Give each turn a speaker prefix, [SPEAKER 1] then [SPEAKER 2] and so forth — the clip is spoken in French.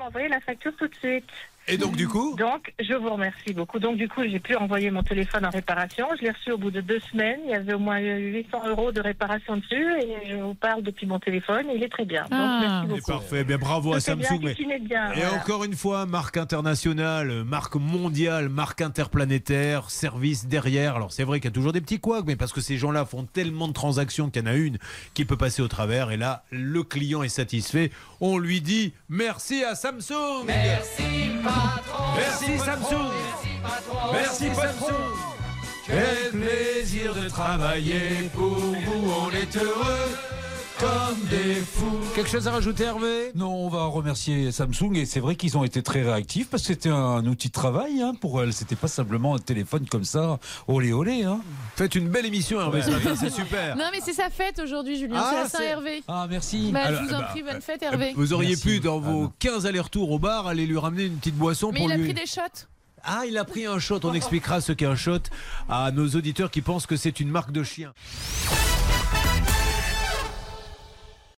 [SPEAKER 1] envoyé la facture tout de suite.
[SPEAKER 2] Et donc, du coup
[SPEAKER 1] Donc, je vous remercie beaucoup. Donc, du coup, j'ai pu envoyer mon téléphone en réparation. Je l'ai reçu au bout de deux semaines. Il y avait au moins 800 euros de réparation dessus. Et je vous parle depuis mon téléphone. Et il est très bien. Donc,
[SPEAKER 3] Ah.
[SPEAKER 1] merci
[SPEAKER 2] C'est
[SPEAKER 1] beaucoup.
[SPEAKER 2] parfait. Eh Bien, bravo à
[SPEAKER 1] C'est bien,
[SPEAKER 2] Samsung. mais-
[SPEAKER 1] Kikine est bien,
[SPEAKER 2] Et
[SPEAKER 1] voilà.
[SPEAKER 2] encore une fois, marque internationale, marque mondiale, marque interplanétaire, service derrière. Alors c'est vrai qu'il y a toujours des petits couacs, mais parce que ces gens-là font tellement de transactions qu'il y en a une qui peut passer au travers. Et là, le client est satisfait. On lui dit merci à Samsung. Merci patron. Merci Samsung. Merci Samsung. Quel plaisir de travailler pour vous. On est heureux comme des fous. Quelque chose à rajouter, Hervé
[SPEAKER 4] Non, on va remercier Samsung et c'est vrai qu'ils ont été très réactifs parce que c'était un outil de travail hein, pour elle. C'était pas simplement un téléphone comme ça, olé olé. Hein.
[SPEAKER 2] Faites une belle émission, Hervé, ce matin, c'est super.
[SPEAKER 3] Non, mais c'est sa fête aujourd'hui, Julien.
[SPEAKER 2] Ah,
[SPEAKER 3] c'est la
[SPEAKER 2] c'est-
[SPEAKER 3] Saint-Hervé.
[SPEAKER 4] Ah merci.
[SPEAKER 3] Bah,
[SPEAKER 2] alors,
[SPEAKER 3] je vous en
[SPEAKER 2] bah,
[SPEAKER 3] prie, bonne fête, Hervé.
[SPEAKER 2] Vous auriez
[SPEAKER 4] Merci.
[SPEAKER 2] pu, dans
[SPEAKER 4] Ah,
[SPEAKER 2] vos
[SPEAKER 4] non.
[SPEAKER 2] 15 allers-retours au bar, aller lui ramener une petite boisson
[SPEAKER 3] Mais
[SPEAKER 2] pour
[SPEAKER 3] il a
[SPEAKER 2] lui.
[SPEAKER 3] pris des shots.
[SPEAKER 2] Ah, il a pris un shot. On expliquera ce qu'est un shot à nos auditeurs qui pensent que c'est une marque de chien.